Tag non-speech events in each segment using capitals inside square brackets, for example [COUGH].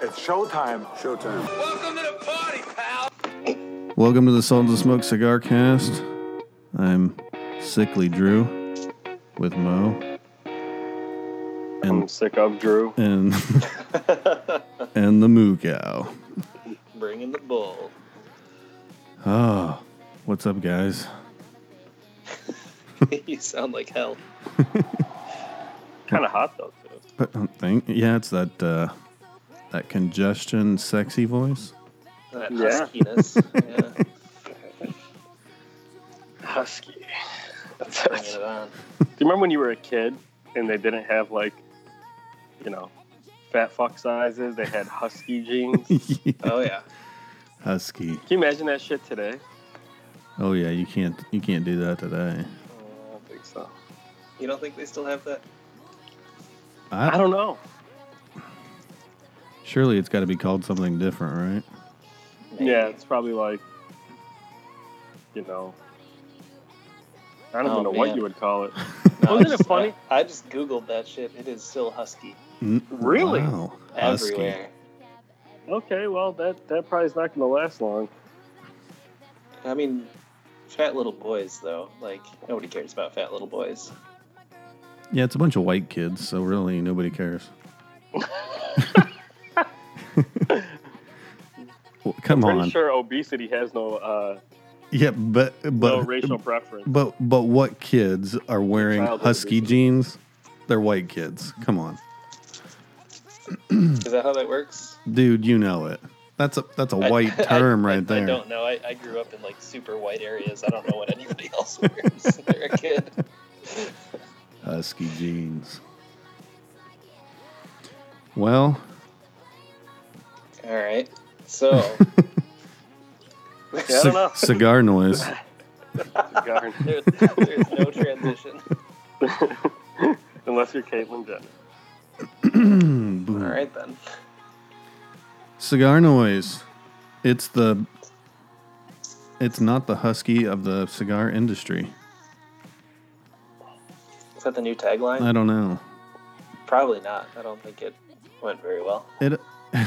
It's showtime. Showtime. Welcome to the party, pal. Welcome to the Salt and Smoke Cigar Cast. I'm Sickly Drew with Mo I'm sick of Drew. [LAUGHS] and and the Moo Cow. Bringing the [LAUGHS] bull. [LAUGHS] Oh, what's up, guys? you sound like hell. kind of hot though. Too. But, um, thank- yeah, it's that uh, that congestion, sexy voice. That Yeah. huskiness. [LAUGHS] yeah, [LAUGHS] Husky. bringing it on. Do you remember when you were a kid and they didn't have like, you know, fat fuck sizes? They had husky jeans. Can Oh yeah. Husky. you imagine that shit today? Oh yeah, you can't you can't do that today. Oh, Uh, I don't think so. You don't think they still have that? I, I don't know. surely it's got to be called something different, right? Maybe. Yeah, it's probably like, you know, I don't Oh, even know what man. you would call it. No, Wasn't I it just- funny? I, I just googled that shit. It is still husky N- Really? Wow. Husky. everywhere. Okay, well that that probably is not going to last long. I mean, fat little boys though. Like nobody cares about fat little boys. Yeah, it's a bunch of white kids, so really nobody [LAUGHS] cares. well, come Pretty on. sure obesity has no uh, Yeah, but no but racial preference. but but what kids are wearing Childhood husky edition. jeans? They're white kids. Come on. Hmm. Is that how that works? Dude, you know it. That's a that's a I- white I- term I- right there. I don't know. I, I grew up in like super white areas. I don't know what anybody [LAUGHS] else wears. when they're a kid. Husky jeans. Well, All right. [LAUGHS] So [LAUGHS] Yeah, I don't know. c- [LAUGHS] cigar [LAUGHS] noise. Garn. there's, there's no transition. [LAUGHS] Unless you're Caitlyn Jenner. Boom. Hmm. All right then. Cigar noise. It's the. It's not the husky of the cigar industry. Is that the new tagline? I don't know. Probably not. I don't think it went very well. It. [LAUGHS]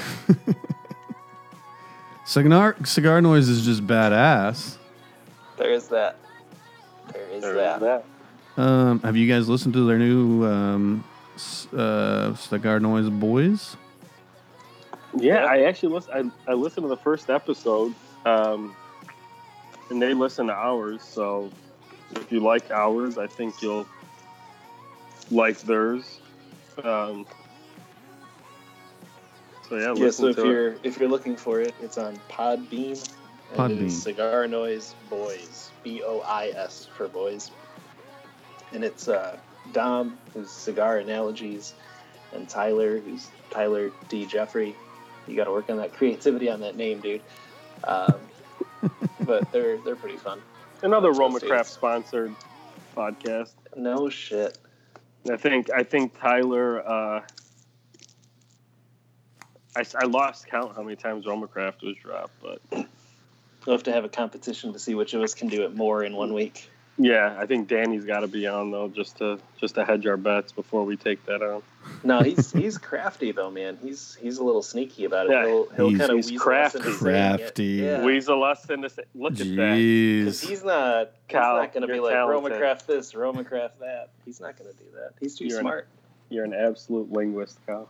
cigar cigar noise is just badass. There is that. There is There that. is that. Um, have you guys listened to their new um, s- uh, cigar noise boys? Yeah, I actually listen. I, I listened to the first episode, um, and they listen to ours. So if you like ours, I think you'll like theirs. Um, so yeah, Yeah. listen So if to it. you're if you're looking for it, it's on Podbean. and it Podbean. is Cigar Noise Boys. B O I S for boys. And it's uh, Dom, who's Cigar Analogies, and Tyler, who's Tyler D. Jeffrey. You got to work on that creativity on that name, dude. Um, but they're they're pretty fun. Another That's Roma what it Craft is. sponsored podcast. No shit. I think I think Tyler. Uh, I, s- I lost count how many times Roma Craft was dropped, but We'll have to have a competition to see which of us can do it more in one week. Yeah, I think Danny's got to be on though, just to just to hedge our bets before we take that on. No, he's he's crafty though, man. He's he's a little sneaky about it. Yeah. he'll he'll He's- kind of he's crafty. Crafty. Yeah. Weasel us into sa- look at that. Jeez. Because he's not Kyle, he's not going to be you're like talented. Roma craft this, Roma craft that. He's not going to do that. He's too You're an- smart. You're an absolute linguist, [LAUGHS] Kyle.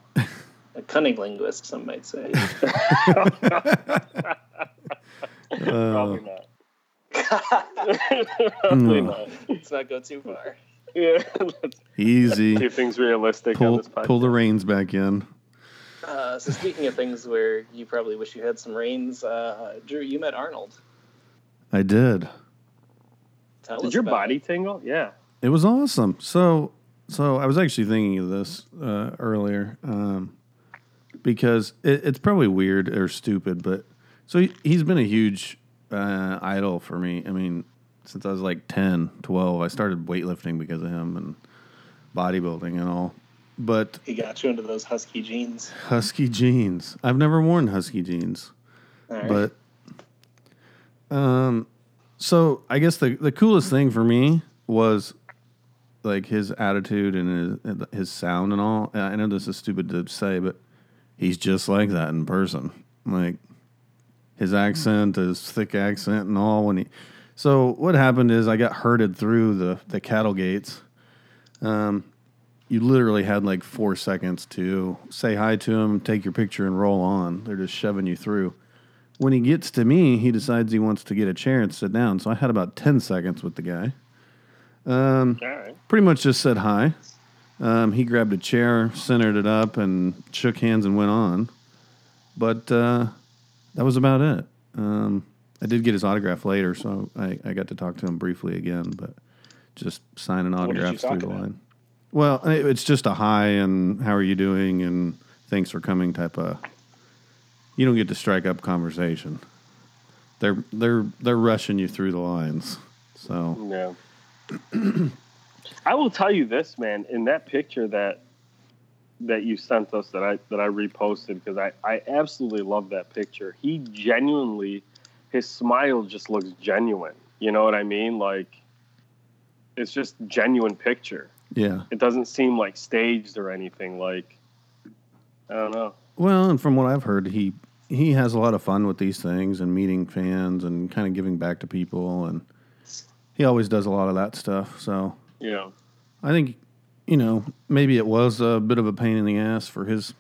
A cunning linguist, some might say. Uh, Probably not. [LAUGHS] No. Probably not. Let's not go too far. Yeah, easy. keep things realistic on Pull this podcast. pull the reins back in. Uh, so speaking of things where you probably wish you had some reins, uh, Drew, you met Arnold. I did. Tell Did us your about body it. tingle? Yeah. It was awesome. So, so I was actually thinking of this uh, earlier um, because it, it's probably weird or stupid, but so he, he's been a huge uh, idol for me. I mean, since I was like 10, 12, I started weightlifting because of him and bodybuilding and all. But He got you into those husky jeans. husky jeans, I've never worn husky jeans. All right. But um so I guess the the coolest thing for me was like his attitude and his, his sound and all. And I know this is stupid to say, but he's just like that in person. Like his accent, his thick accent, and all. When he, so what happened is I got herded through the the cattle gates. Um, you literally had like four seconds to say hi to him, take your picture, and roll on. They're just shoving you through. When he gets to me, he decides he wants to get a chair and sit down. So I had about ten seconds with the guy. Um, All right. pretty much just said hi. Um, he grabbed a chair, centered it up, and shook hands and went on. But uh, that was about it. Um, I did get his autograph later, so I, I got to talk to him briefly again, but just signing did you autographs through talk the about? line. Well, I- it's just a hi and how are you doing and thanks for coming type of. You don't get to strike up conversation. They're they're they're rushing you through the lines. So Yeah. [CLEARS THROAT] I will tell you this, man. In that picture that that you sent us that I that I reposted because I I absolutely love that picture. He genuinely, his smile just looks genuine. You know what I mean? Like, it's just genuine picture. yeah. It doesn't seem like staged or anything. Like, I don't know. Well, and from what I've heard, he he has a lot of fun with these things and meeting fans and kind of giving back to people, and he always does a lot of that stuff. So You know. I think you know maybe it was a bit of a pain in the ass for his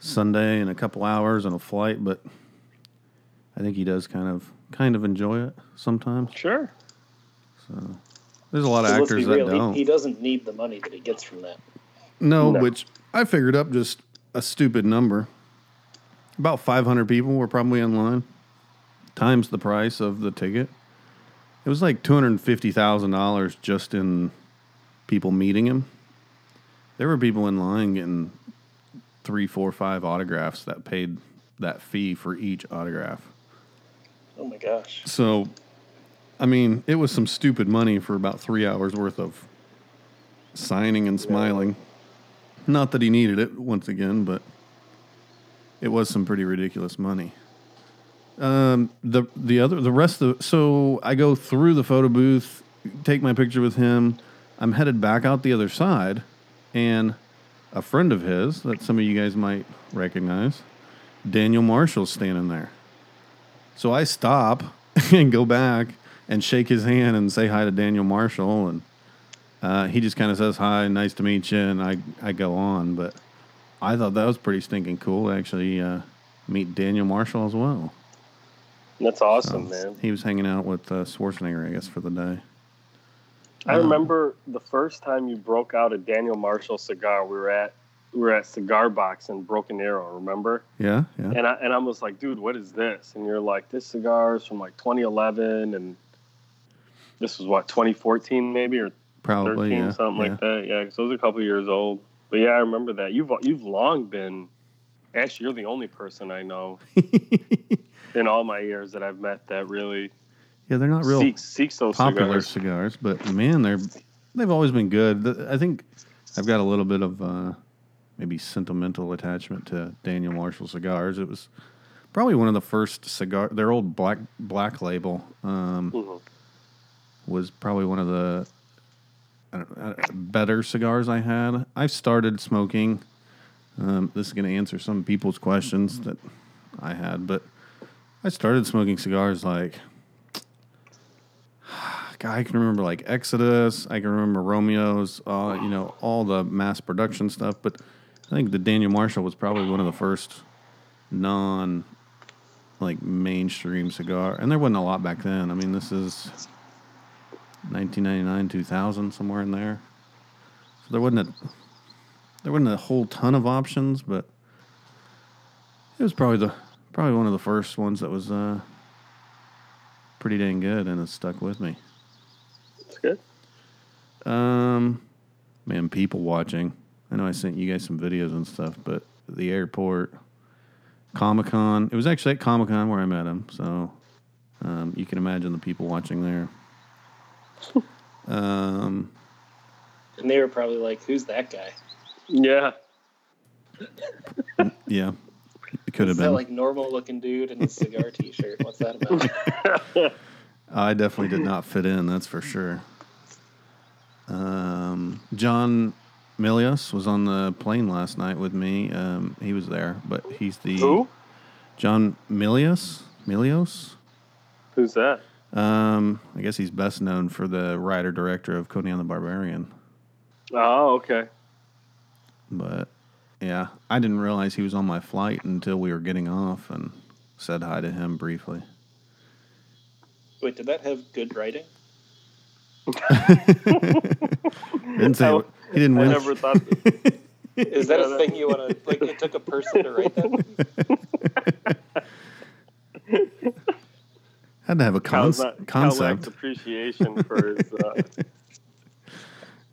Sunday and a couple hours and a flight, but I think he does kind of kind of enjoy it sometimes. Sure. So there's a lot of So let's be actors that real, he- don't. He, doesn't need the money that he gets from that. No, No. which I figured up just a stupid number. About 500 people were probably in line, times the price of the ticket. It was like $250,000 just in people meeting him. There were people in line getting three, four, five autographs that paid that fee for each autograph. Oh my gosh. So, I mean, it was some stupid money for about three hours worth of signing and smiling. Not that he needed it once again, but it was some pretty ridiculous money. Um, the the other the rest of so I go through the photo booth, take my picture with him. I'm headed back out the other side, and a friend of his that some of you guys might recognize, Daniel Marshall's standing there. So I stop [LAUGHS] and go back and shake his hand and say hi to Daniel Marshall, and uh, he just kind of says hi, nice to meet you, and I I go on. But I thought that was pretty stinking cool to actually uh, meet Daniel Marshall as well. Um, That's awesome, man. He was hanging out with uh, Schwarzenegger, I guess, for the day. I Um, remember the first time you broke out a Daniel Marshall cigar. We were at we were at Cigar Box in Broken Arrow. Remember? Yeah, yeah. And I and I was like, dude, what is this? And you're like, this cigar is from like 2011, and this was what 2014 maybe or 13 Probably, yeah. something yeah. like that. Yeah, because I was a couple years old. But yeah, I remember that. You've you've long been. Actually, you're the only person I know in all my years that I've met that really [LAUGHS] yeah, they're not real seeks seeks those popular cigars. cigars. but man, they're they've always been good. Th- I think I've got a little bit of uh, maybe sentimental attachment to Daniel Marshall cigars. It was probably one of the first cigar. Their old black black label um, Mhm. was probably one of the I don't, I don't- better cigars I had. I've started smoking. Um, this is going to answer some people's questions that I had, but I started smoking cigars like. [SIGHS] God, I can remember like Exodus. I can remember Romeo's. Uh, you know all the mass production stuff, but I think the Daniel Marshall was probably one of the first non like mainstream cigar, and there wasn't a lot back then. I mean, this is 1999, 2000, somewhere in there. So there wasn't a there wasn't a whole ton of options, but it was probably the probably one of the first ones that was uh, pretty dang good, and it stuck with me. It's good. Um, man, people watching. I know I sent you guys some videos and stuff, but the airport, Comic Con. It was actually at Comic Con where I met him, so um, you can imagine the people watching there. Um, And they were probably like, "Who's that guy?" Yeah. yeah, it could have Is that been. like normal looking dude in a cigar T-shirt? What's that [LAUGHS] about? I definitely did not fit in, that's for sure. Um, John Milius was on the plane last night with me. Um, he was there, but he's the Who? John Milius. Milios. Who's that? Um, I guess he's best known for the writer director of Conan the Barbarian. Oh, okay. But yeah, I didn't realize he was on my flight until we were getting off and said hi to him briefly. [LAUGHS] Wait, did that have good writing? Didn't say I- he didn't I win. [LAUGHS] never thought. Is that Yeah, a that- thing you [LAUGHS] want to like? It took a person to write that. [LAUGHS] Had to have a con- Kyle's not- Kyle lacks concept. [LAUGHS] appreciation for his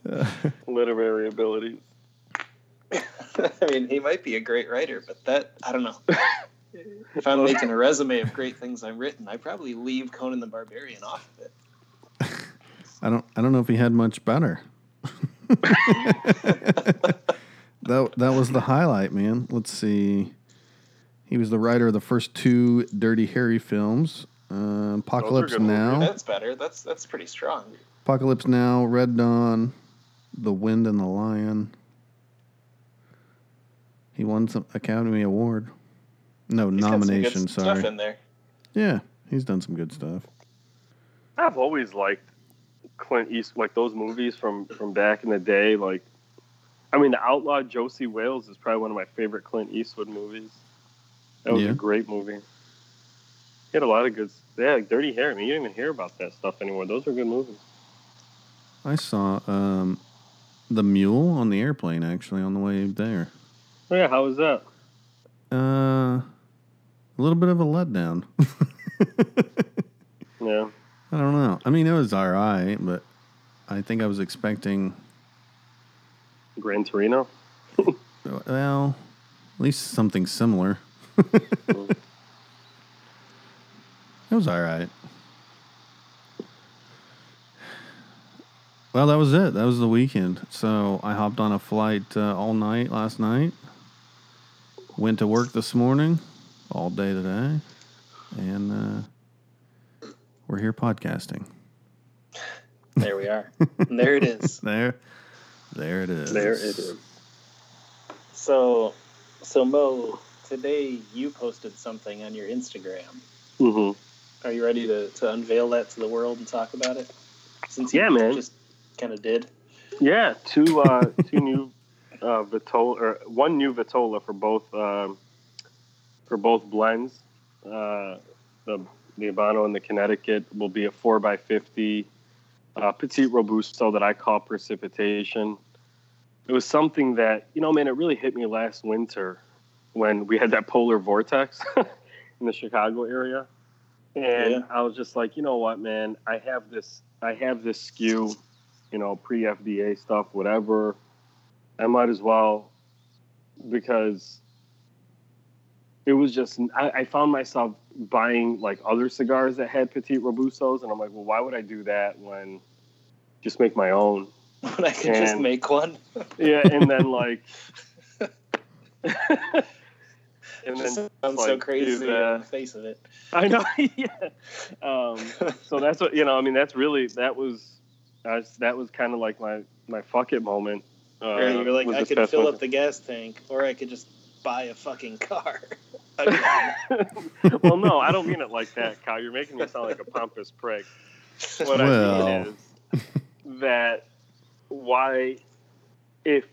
uh, literary abilities. [LAUGHS] I mean, he might be a great writer, but that I don't [LAUGHS] know. if I'm making a resume of great things I've written, I probably leave Conan the Barbarian off of it. I don't. I don't know if he had much better. [LAUGHS] that that was the highlight, man. Let's see. He was the writer of the first two Dirty Harry films, uh, Apocalypse good ones, Now, That's better. That's that's pretty strong. Apocalypse Now, Red Dawn, The Wind and the Lion. He won some Academy Award. No He's got some good nomination. Sorry. Stuff in there. Yeah, he's done some good stuff. I've always liked Clint Eastwood, like those movies from from back in the day. Like, I mean, The Outlaw Josie Wales is probably one of my favorite Clint Eastwood movies. That was Yeah. a great movie. He had a lot of good. Yeah, like Dirty Harry. I mean, you don't even hear about that stuff anymore. Those are good movies. I saw um, the mule on the airplane actually on the way there. Oh, yeah, how was that? Uh, a little bit of a letdown. [LAUGHS] Yeah, I don't know. I mean, it was all right, but I think I was expecting [LAUGHS] Gran Torino. well, at least something similar. [LAUGHS] it was all right. Well, that was it. That was the weekend. So I hopped on a flight uh, all night last night. Went to work this morning, all day today, and uh, we're here podcasting. There we [LAUGHS] are. And there it [LAUGHS] is. There, there it is. There it is. So, so Mo, today you posted something on your Instagram. Mm-hmm. Are you ready to, to unveil that to the world and talk about it? Since Yeah, man. just kind of did. [LAUGHS] Yeah, two uh, [LAUGHS] two new uh, Vitola or one new Vitola for both um, for both blends. Uh, the the Habano and the Connecticut will be a four x fifty uh, petite robusto that I call precipitation. It was something that you know, man, it really hit me last winter when we had that polar vortex [LAUGHS] in the Chicago area, and Yeah. I was just like, you know what, man, I have this, I have this skew you know, pre FDA stuff, whatever. I might as well because it was just I, I found myself buying like other cigars that had petite robustos, and I'm like, well, why would I do that when just make my own? When I could just And- make one, Yeah, and then [LAUGHS] like, and just then sounds so like, crazy dude, uh, on the face of it. [LAUGHS] I know, yeah. Um, so that's what you know. I mean, that's really that was uh, that was kind of like my my fuck it moment. Uh, Or you're like, was I this could past fill winter. up the gas tank, or I could just buy a fucking [LAUGHS] [LAUGHS] car. Again. well, no, I don't mean it like that, Kyle. You're making me sound like a pompous prick. [LAUGHS] What I Well. mean is that why, if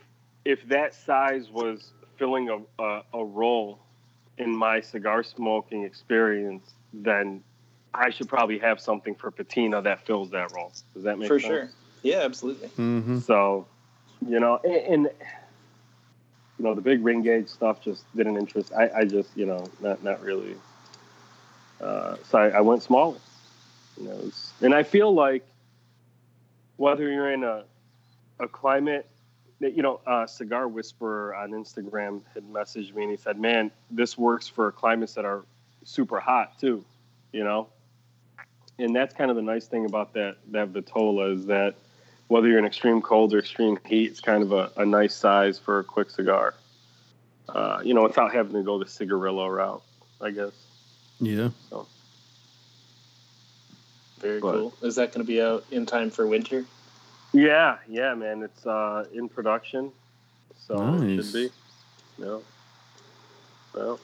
if that size was filling a, a, a role in my cigar smoking experience, then I should probably have something for patina that fills that role. Does that make For sense? sure. Yeah, absolutely. Mm-hmm. So, you know, and, and you know, the big ring gauge stuff just didn't interest. I, I just, you know, not not really. Uh, so I, I went smaller. You know, it's- and I feel like whether you're in a a climate that you know, uh, cigar whisperer on Instagram had messaged me and he said, "Man, this works for climates that are super hot too," you know. And that's kind of the nice thing about that that Vitola is that whether you're in extreme cold or extreme heat, it's kind of a, a nice size for a quick cigar. Uh, you know, without having to go the cigarillo route, I guess. Yeah. Very But- cool. Is [LAUGHS] that going to be out in time for winter? Yeah, yeah, man. It's uh, in production. So it Nice. should be. Yeah. Well,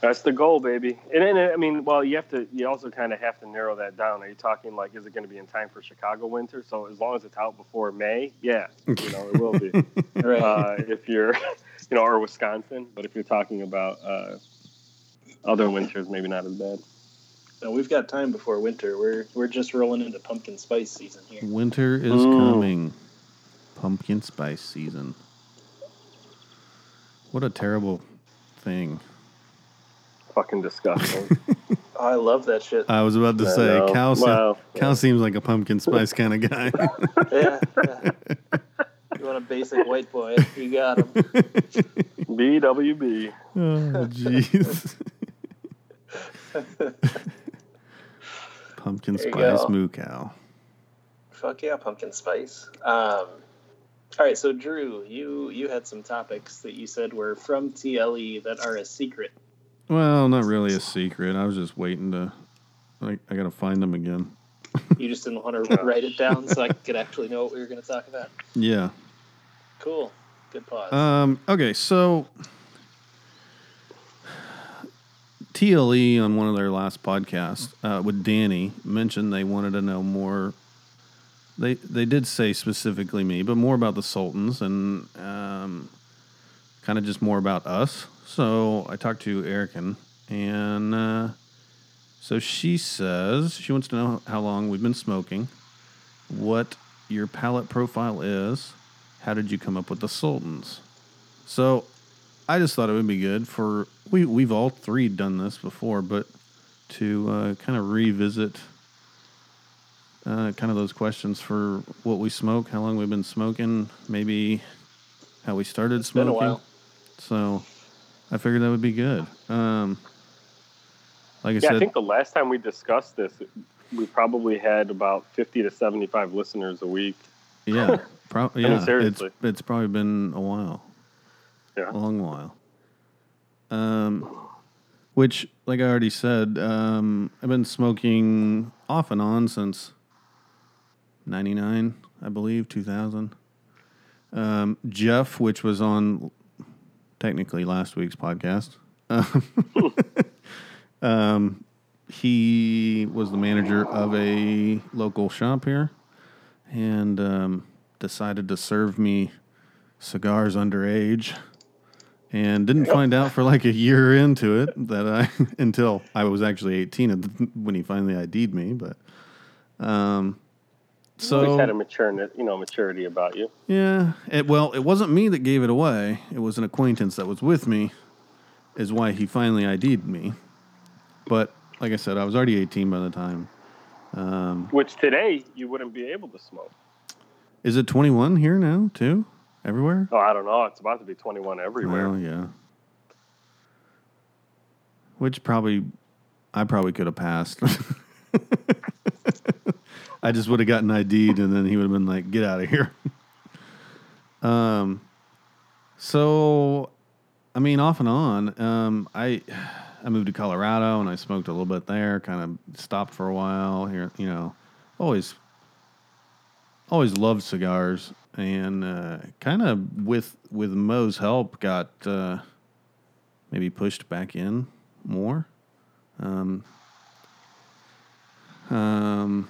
that's the goal, baby. And then I mean, well, you have to. You also kind of have to narrow that down. Are you talking like, is it going to be in time for Chicago winter? So as long as it's out before May, yeah, you know, it will be. Right. uh, if you're, [LAUGHS] you know, or Wisconsin. But if you're talking about uh, other winters, maybe not as bad. no, we've got time before winter. We're we're just rolling into pumpkin spice season here. Winter is Mm. coming. Pumpkin spice season. What a terrible thing. [LAUGHS] Fucking disgusting. um, Oh, I love that shit. Uh, I was about to I say, know. Cal, se- Wow. Cal seems like a pumpkin spice kind [LAUGHS] of guy. [LAUGHS] yeah. yeah. you want a basic white boy? You got him. BWB. oh, [LAUGHS] jeez. pumpkin There you spice go. moo cow. Fuck yeah, pumpkin spice. Um, all right, so Drew, you you had some topics that you said were from TLE that are a secret. Well, not really a secret. I was just waiting to. I, I gotta find them again. You just didn't want to write it down so I could actually know what we were going to talk about. Yeah. Cool. Good pause. Um, okay, so TLE E on one of their last podcasts uh, with Danny mentioned they wanted to know more. They they did say specifically me, but more about the Sultans and um, kind of just more about us. So I talked to Erican, and uh, so she says she wants to know how long we've been smoking, what your palate profile is, how did you come up with the Sultans? So I just thought it would be good for we we've all three done this before, but to uh, kind of revisit uh, kind of those questions for what we smoke, how long we've been smoking, maybe how we started been a smoking. while. So I figured that would be good. Um, like I Yeah, said, I think the last time we discussed this, we probably had about 50 to 75 listeners a week. [LAUGHS] Yeah, pro- yeah. it's seriously. it's probably been a while. Yeah. a long while. Um, which, like I already said, um, I've been smoking off and on since '99, I believe, 2000. Um, Jeff, which was on technically last week's podcast, um, um, he was the manager of a local shop here and um, decided to serve me cigars underage and didn't find out for like a year into it that I [LAUGHS] until I was actually 18 at the- when he finally ID'd me but um so Always had a mature, you know, maturity about you. yeah. It, well, it wasn't me that gave it away. It was an acquaintance that was with me, is why he finally ID'd me. But like I said, I was already 18 by the time. Um, Which today you wouldn't be able to smoke. is it 21 here now, too? Everywhere? Oh, I don't know. It's about to be 21 everywhere. Well, yeah. Which probably, I probably could have passed. [LAUGHS] I just would have gotten ID'd, and then he would have been like, "Get out of here." [LAUGHS] um, so, I mean, off and on. Um, I, I moved to Colorado, and I smoked a little bit there. Kind of stopped for a while here. You know, always always loved cigars and uh, kind of with with Mo's help got uh, maybe pushed back in more um, um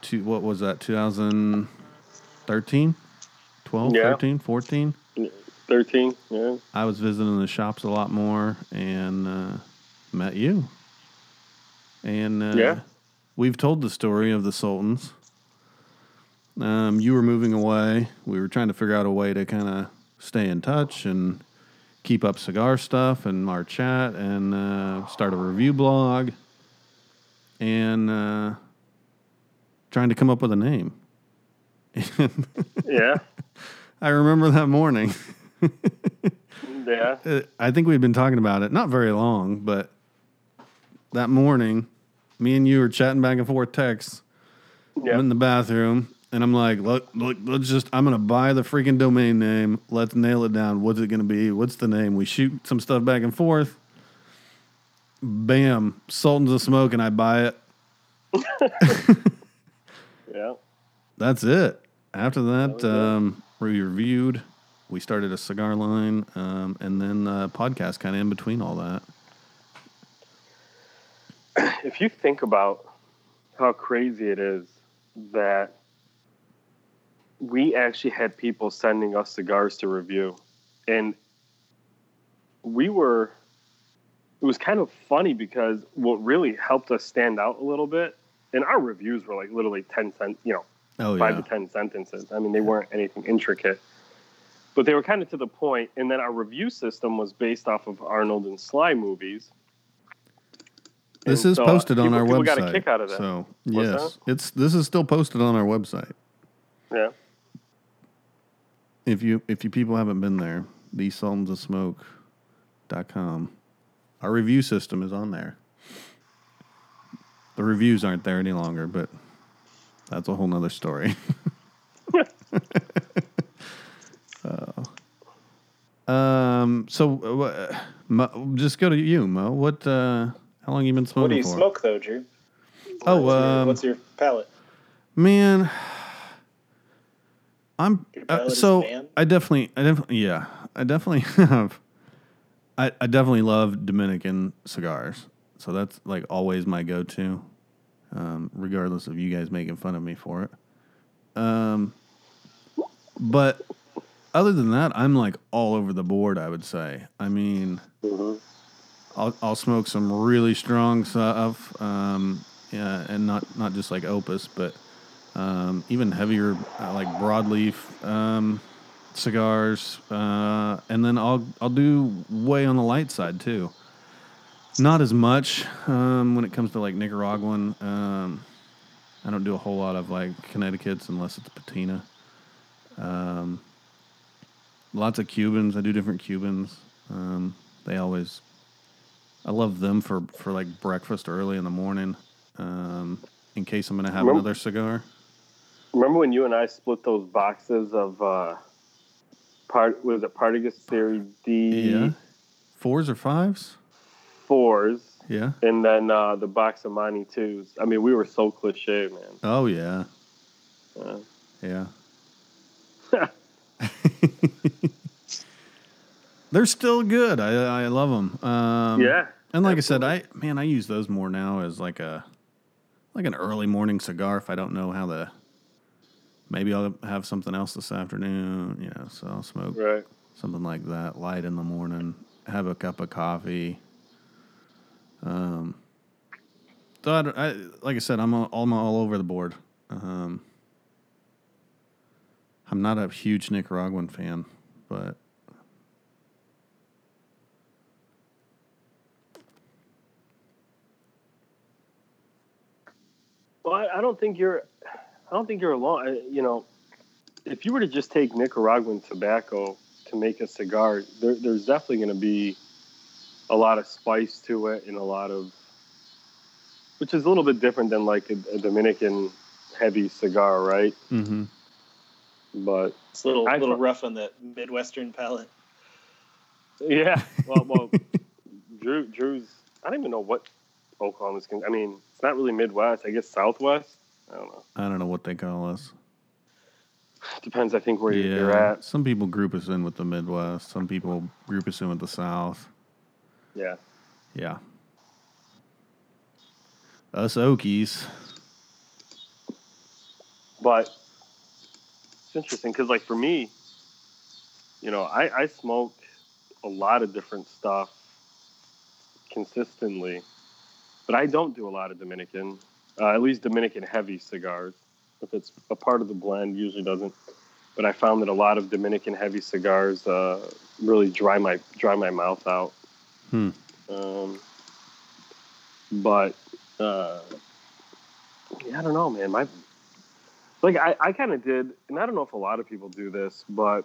to what was that 2013 12 Yeah. 13 14 13, yeah. I was visiting the shops a lot more and uh, met you. And uh, Yeah. we've told the story of the Sultans. Um, you were moving away. We were trying to figure out a way to kind of stay in touch and keep up cigar stuff and our chat and uh, start a review blog and uh, trying to come up with a name. [LAUGHS] And Yeah. [LAUGHS] I remember that morning. [LAUGHS] Yeah. Uh, I think we'd been talking about it not very long, but that morning, me and you were chatting back and forth texts. Yeah. I'm in the bathroom, and I'm like, look, look, let's just, I'm going to buy the freaking domain name. Let's nail it down. What's it going to be? What's the name? We shoot some stuff back and forth. Bam, Sultans of Smoke, and I buy it. Yeah. That's it. After that, um, we reviewed We started a cigar line, um, and then uh, podcast kind of in between all that. if you think about how crazy it is that we actually had people sending us cigars to review and we were it was kind of funny because what really helped us stand out a little bit and our reviews were like literally 10 cent you know Oh five yeah, to ten sentences. I mean, they weren't anything intricate, but they were kind of to the point. And then our review system was based off of Arnold and Sly movies. this And is so, uh, posted on people- our people website. got a kick out of that. So What's yes, it's this is still posted on our website. Yeah, If you if you people haven't been there, thesaltonsoffsmoke.com. Our review system is on there. The reviews aren't there any longer, but that's a whole nother story. [LAUGHS] Oh. um. So, uh, wha- uh, Mo, just go to you, Mo. What? Uh, how long you been smoking What do you for? smoke though, Drew? Oh, what's, um, your, what's your palate? Man, I'm Your uh, palate is so man? I definitely, I definitely, yeah, I definitely [LAUGHS] have. I, I definitely love Dominican cigars, so that's like always my go-to, um, regardless of you guys making fun of me for it. Um, but other than that, I'm like all over the board. I would say. I mean, I'll I'll smoke some really strong stuff, um, yeah, and not not just like Opus, but um, even heavier uh, like broadleaf um, cigars, uh, and then I'll I'll do way on the light side too. Not as much um, when it comes to like Nicaraguan. Um, I don't do a whole lot of like Connecticut's unless it's patina. Um, lots of Cubans. I do different Cubans. Um, they always. I love them for for like breakfast early in the morning. Um, in case I'm gonna have Remem- another cigar. remember when you and I split those boxes of uh, part was it Partagas Theory D Yeah. Fours or fives? fours, Yeah. and then uh, the box of Monty twos. I mean, we were so cliche, man. [LAUGHS] Oh yeah. Uh, Yeah. They're still good. I I love them. Um, yeah, And like I said, I man, I use those more now as like a like an early morning cigar if I don't know how to. Maybe I'll have something else this afternoon. You know, so I'll smoke right. something like that. Light in the morning, have a cup of coffee. Um, so I, don't- I like I said, I'm all, I'm all over the board. Um, I'm not a huge Nicaraguan fan, but Well, I, I don't think you're. I don't think you're alone. I- You know, if you were to just take Nicaraguan tobacco to make a cigar, there, there's definitely going to be a lot of spice to it and a lot of, which is a little bit different than like a, a Dominican heavy cigar, right? mm-hmm. But It's a little, I- little rough on the Midwestern palate. yeah, well, well, Drew, Drew's. I don't even know what Oklahoma's. Con- I mean, it's not really Midwest. I guess Southwest. I don't know. [LAUGHS] I don't know what they call us. Depends. I think where you you're at. Some people group us in with the Midwest. Some people group us in with the South. Yeah. Yeah. Us Okies. but it's interesting because like for me you know I, I smoke a lot of different stuff consistently but i don't do a lot of dominican uh, at least dominican heavy cigars if it's a part of the blend usually doesn't but i found that a lot of dominican heavy cigars uh, really dry my dry my mouth out Hmm. um, but uh, yeah, I don't know, man. My like I, I kind of did, and I don't know if a lot of people do this, but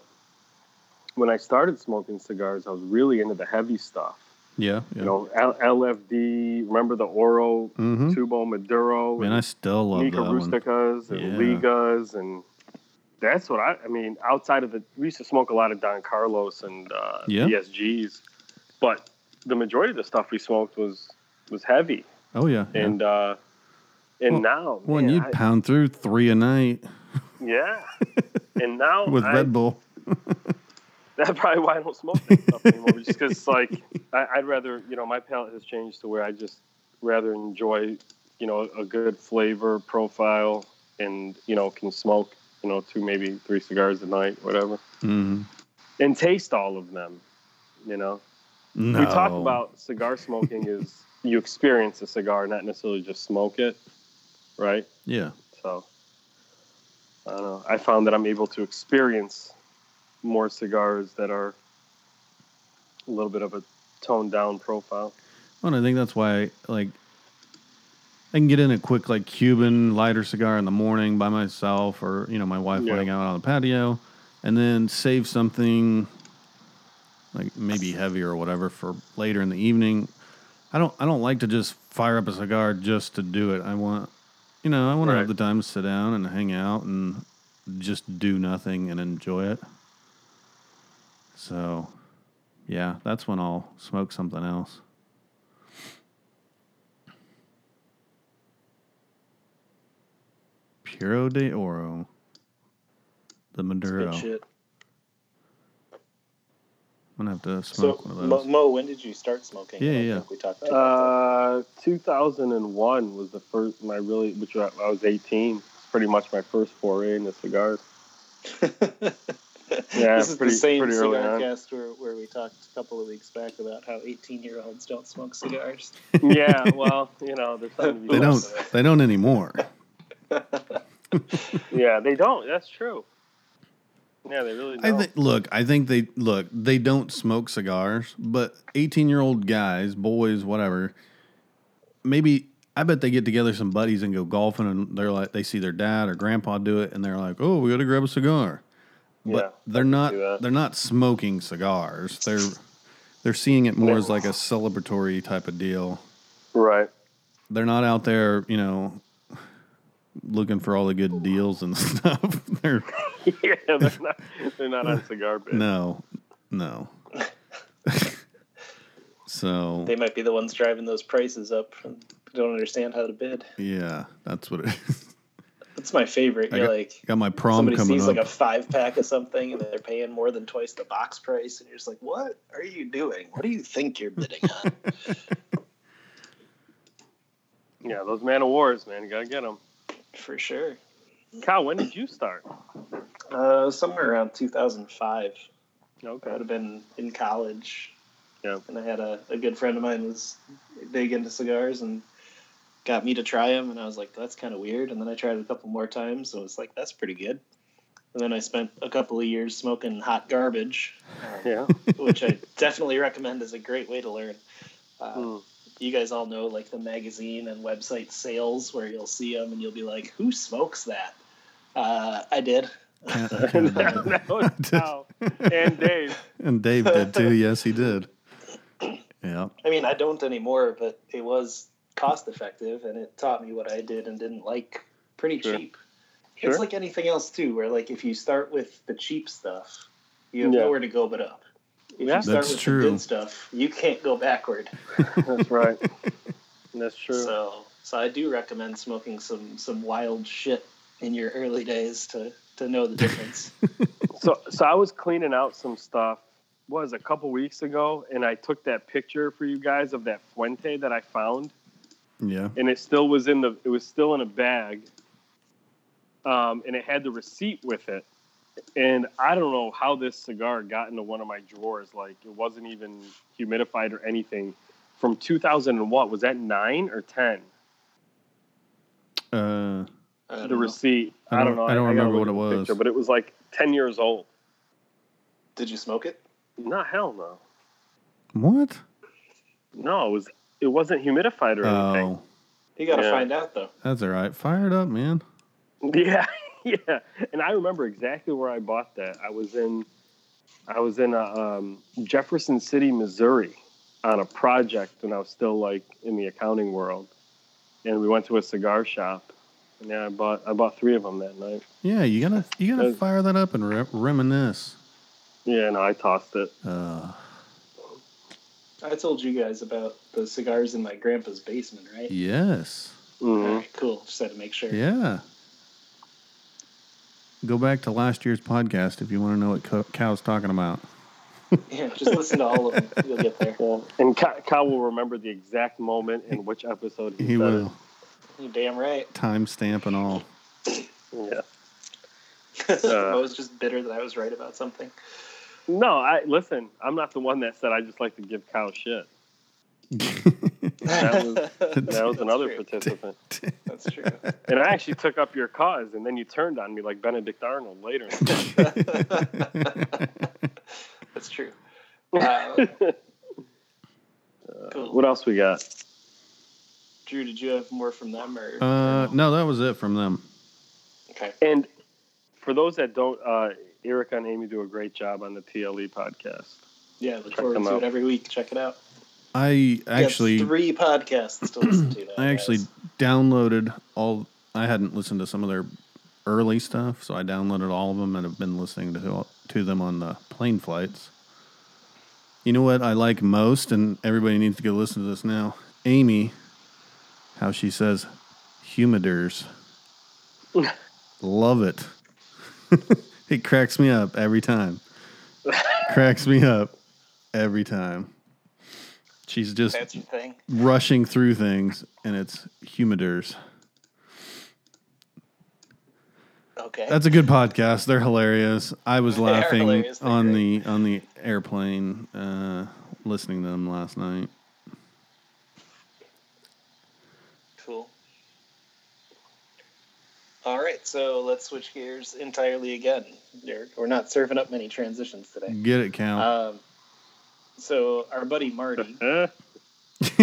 when I started smoking cigars, I was really into the heavy stuff. Yeah. yeah. You know, L- LFD. Remember the Oro, mm-hmm. Tubo Maduro, Man, I still love Nika that one. Rusticas, and Yeah. Ligas, and that's what I. I mean, outside of the, we used to smoke a lot of Don Carlos and uh, Yeah. DSGs, but the majority of the stuff we smoked was was heavy, Oh yeah. yeah. and uh, and Well- now, well, and man, you'd I- pound through three a night [LAUGHS] yeah, and now with I, Red Bull. [LAUGHS] That's probably why I don't smoke that stuff anymore. Just because it's like I, I'd rather, you know, my palate has changed to where I just rather enjoy, you know, a good flavor profile, and you know, can smoke, you know, two maybe three cigars a night, whatever, Mm-hmm. and taste all of them. You know, No. we talk about cigar smoking is you experience a cigar, not necessarily just smoke it, right? yeah. So I don't know. I found that I'm able to experience more cigars that are a little bit of a toned down profile. Well, and I think that's why like I can get in a quick like Cuban lighter cigar in the morning by myself, or you know my wife Yeah. letting out on the patio, and then save something like maybe heavier or whatever for later in the evening. I don't I don't like to just fire up a cigar just to do it. I want you know I want to have the Right. time to sit down and hang out and just do nothing and enjoy it. So, yeah, that's when I'll smoke something else. Puro de Oro. The It's Maduro. good shit. I'm gonna have to So, smoke one of Mo, those. Mo, when did you start smoking? Yeah, I don't yeah. think we talked about that. Uh, 2001 was the first my really, which I, I was 18. It's pretty much my first foray into cigars. [LAUGHS] yeah, this is pretty- the same pretty early cigar on. cast where, where we talked a couple of weeks back about how 18 year olds don't smoke cigars. yeah, well, you know, there's something to They be don't. [LAUGHS] They don't anymore. Yeah, they don't. That's true. Yeah, they really I don't. think. Look, I think they look. They don't smoke cigars, but eighteen-year-old guys, boys, whatever. Maybe I bet they get together some buddies and go golfing, and they're like, they see their dad or grandpa do it, and they're like, "Oh, we got to grab a cigar." yeah. But they're do that. not. They're not smoking cigars. They're they're seeing it more as like a celebratory type of deal. Right. [LAUGHS] they're not out there, you know, looking for all the good deals and [LAUGHS] stuff. they're yeah, they're not, they're [LAUGHS] not on cigar bits. no, no. [LAUGHS] so They might be the ones driving those prices up and don't understand how to bid. yeah, that's what it is. That's my favorite. I You're like, Got my prom somebody coming sees up. like a five pack of something and they're paying more than twice the box price, and you're just like, what are you doing? What do you think you're bidding [LAUGHS] on? Yeah, those man of wars, man, you gotta get them. For sure. Kyle, when did you start? Uh, somewhere around 2005, I Okay. would have been in college. Yeah. And I had a, a good friend of mine was big into cigars and got me to try them, and I was like, that's kind of weird. And then I tried it a couple more times, and was like, that's pretty good. And then I spent a couple of years smoking hot garbage, um, Yeah. [LAUGHS] which I definitely recommend as a great way to learn. Uh, [LAUGHS] Mm. You guys all know like the magazine and website sales where you'll see them and you'll be like, "Who smokes that?" Uh, I [LAUGHS] did. [LAUGHS] Kinda- That kinda was Kyle and Dave. did. [LAUGHS] and Dave did too. Yes, he did. Yeah. I mean, I don't anymore, but it was cost effective and it taught me what I did and didn't like pretty Sure. cheap. Sure. It's like anything else too, where like if you start with the cheap stuff, you have Yeah. nowhere to go but up. If Yeah. you start That's with true. the good stuff, you can't go backward. That's right. That's true. So, so I do recommend smoking some some wild shit in your early days to to know the difference. so so I was cleaning out some stuff what was it, a couple weeks ago and I took that picture for you guys of that Fuente that I found Yeah. and it still was in the it was still in a bag um, and it had the receipt with it and i don't know how this cigar got into one of my drawers like it wasn't even humidified or anything from 2000 and what was that 9 or 10 Uh, I the don't know. receipt I i don't know don't- I don't gotta remember what look at it the was. picture, but it was like 10 years old Did you smoke it? not hell no what? no it was it wasn't humidified or anything [LAUGHS] Oh, You got to Yeah. find out though. that's all right. Fire it up, man. Yeah, yeah. And I remember exactly where I bought that. I was in, I was in uh um, Jefferson City, Missouri, on a project when I was still like in the accounting world, and we went to a cigar shop. And yeah, I bought I bought three of them that night. Yeah, you gotta you gotta Uh, fire that up and re- reminisce. Yeah, no, I tossed it. Uh, I told you guys about the cigars in my grandpa's basement, right? yes. All hmm right, cool. Just had to make sure. Yeah. Go back to last year's podcast if you want to know what co- Cal's talking about. Yeah, just listen to all of them. You'll get there. Yeah. And Ka- Kyle will remember the exact moment in which episode he, He said will You damn right. [LAUGHS] timestamp and all. [LAUGHS] It. Yeah. Uh, I was just bitter that I was right about something. No, I listen. I'm not the one that said I just like to give Kyle shit. That [LAUGHS] was, that was That's another true. participant. That's true. And I actually took up your cause, and then you turned on me like Benedict Arnold [LAUGHS] later. That's [LAUGHS] true. Uh, cool. what else we got? Drew, did you have more from them or? uh, no, that was it from them. Okay. And for those that don't, uh, Eric and Amy do a great job on the TLE podcast. Yeah, look Check forward them to out. it every week. Check it out. I We got actually three podcasts to listen [CLEARS THROAT] to. Now, I actually guys. downloaded all. I hadn't listened to some of their early stuff, so I downloaded all of them and have been listening to to them on the plane flights. You know what I like most, and everybody needs to go listen to this now. Amy, how she says, humidors. Love it. [LAUGHS] it cracks me up every time. cracks me up every time. She's just That's your thing. rushing through things and it's humidors. Okay. That's a good podcast. They're hilarious. I was [LAUGHS] They are laughing hilarious. They're on the on the airplane uh listening to them last night. cool. All right, so let's switch gears entirely again. Derek. We're not serving up many transitions today. Get it, Cal. Um, so our buddy Marty. Eh? [LAUGHS]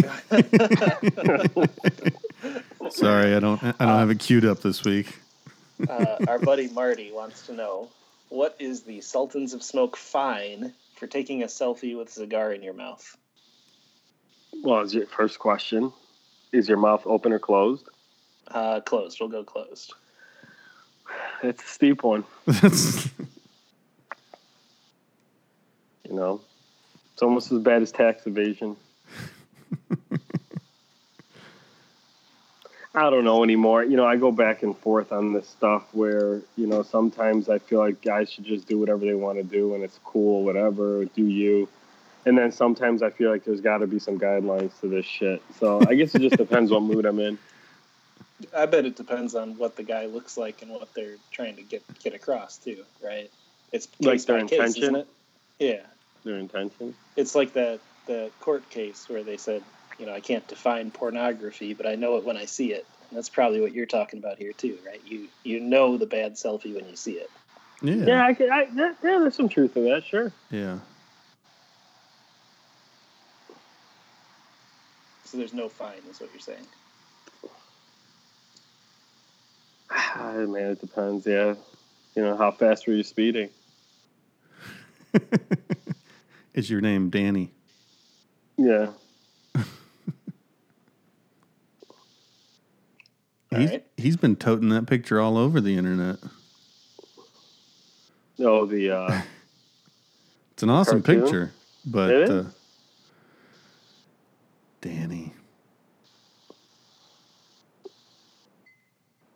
Sorry, I don't I don't have it queued up this week. [LAUGHS] uh, our buddy Marty wants to know what is the Sultans of Smoke fine for taking a selfie with a cigar in your mouth? Well, is your first question? Is your mouth open or closed? Uh, closed. We'll go closed. It's a steep one. That's You know, it's almost as bad as tax evasion. I don't know anymore. You know, I go back and forth on this stuff where, you know, sometimes I feel like guys should just do whatever they want to do and it's cool, whatever, do you. And then sometimes I feel like there's got to be some guidelines to this shit. So I guess it just depends what mood I'm in. I bet it depends on what the guy looks like and what they're trying to get get across too, right? It's Like case their by case, isn't intention? it? Yeah, Their intention. it's like that the court case where they said, you know, I can't define pornography, but I know it when I see it. And that's probably what you're talking about here too, right? You you know the bad selfie when you see it. yeah. Yeah, Yeah. I, could- I, yeah, yeah, there's some truth to that, sure. [SIGHS] So there's no fine, is what you're saying. Ah, man, it depends. Yeah, you know how fast were you speeding? [LAUGHS] Is your name Danny? Yeah, All He's, right. he's been toting that picture all over the internet. no, the uh, It's an awesome Cartoon? picture, but It is? uh, Danny.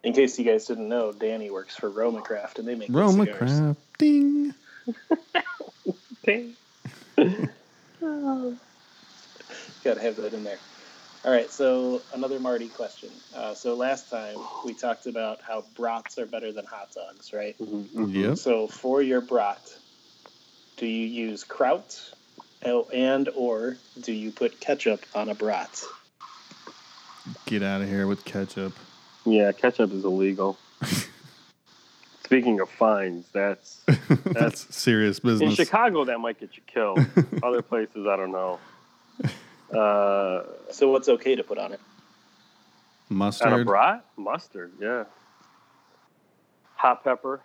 In case you guys didn't know, Danny works for Romacraft, and they make Roma Roma cigars. Craft. Ding. Got to have that in there. All right, so another Marty question. Uh, so last time we talked about how brats are better than hot dogs, right? Mm-hmm. Yep. So for your brat, do you use kraut, oh, and or do you put ketchup on a brat? Get out of here with ketchup. [LAUGHS] yeah, ketchup is illegal. Speaking of fines, that's That's serious in business. Chicago that might get you killed. Other places, I don't know. Uh, So what's okay to put on it? on a Mustard. brat, mustard, yeah, hot pepper.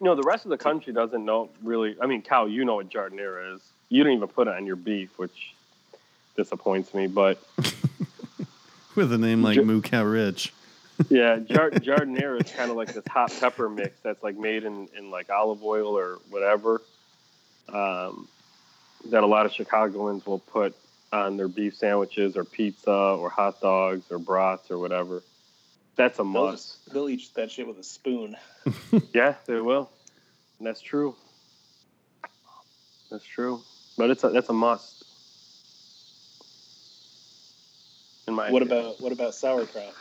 You know, the rest of the country doesn't know really. I mean, Cal, you know what jardinera is. You don't even put it on your beef, which disappoints me. But With a name like Ju- Moo Cow Rich. Yeah, jar- jardinera is kind of like this hot pepper mix that's like made in, in like olive oil or whatever. Um, that a lot of Chicagoans will put on their beef sandwiches or pizza or hot dogs or brats or whatever. That's a They'll, must. just, they'll eat that shit with a spoon. Yeah, they will. And that's true. That's true. But it's a, that's a must. In my What opinion. about what about sauerkraut?